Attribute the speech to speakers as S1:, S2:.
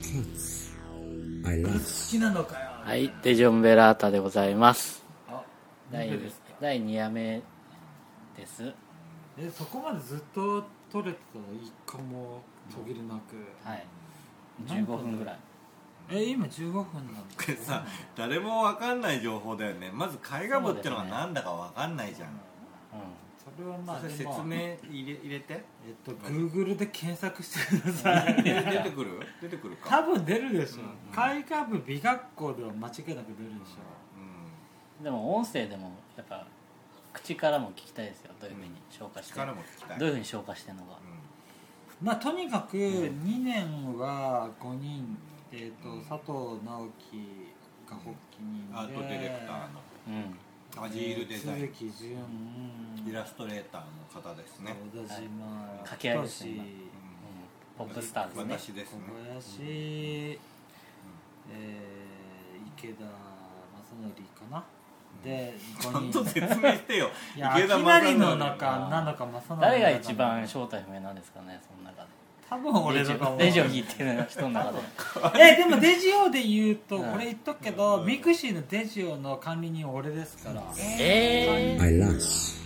S1: Roots I love
S2: 好きなのかよ
S3: はい、デジョンベラータでございます。
S2: あ
S3: 第
S2: なんでですか
S3: 第2夜目です。
S2: えそこまでずっと取れてたの一個も途切れなく、
S3: はい。
S2: なん
S3: 15
S2: か
S3: 分ぐらい。
S2: え今15分なの
S4: これさ誰も分かんない情報だよねまず絵画部ってのが何だか分かんないじゃん、
S3: う。
S2: それはまあ
S4: それ
S2: で
S4: 説
S2: も
S4: 明入れ入れて
S2: えっと Google で検索してくださ
S4: 出
S2: い
S4: 出てくる出てくる
S2: 多
S4: か
S2: 分出るでしょ絵画部美学校では間違いなく出るでし
S4: うん
S3: でも音声でもやっぱ口からも聞きたいですよ。どういうふうに消化
S4: ん
S3: して、
S4: 力も聞きたい
S3: どういうふうに消化してんのか。
S2: ょまあとにかく2年は5人えっと
S4: うん
S2: 佐藤直樹が発起人
S4: うん
S2: で
S4: アートディレクターの
S3: うん。
S4: アジールデザイ
S2: 鈴
S4: ン
S2: 木純
S4: イラストレーターの方ですね、
S2: 小田島
S3: 掛け合いですね
S2: 太
S4: うん
S3: ポップスターですね。
S4: 私ですね
S2: 小林、えー池田正則かな、で
S4: ちゃ
S2: 五
S4: ん
S2: 人
S4: と説明してよ
S2: いや
S4: 池田
S2: 秋なり
S4: 正
S2: の中
S4: 則
S2: なのか正則
S3: 誰が一番正体不明なんですかね、その中で。
S2: 多分俺とかも
S3: デジを引いてる人 の中で。
S2: えでもデジオで言うと
S3: うん
S2: これ言っとくけど、
S4: うん
S2: ミクシーのデジオの管理人俺ですから、
S3: え
S1: I love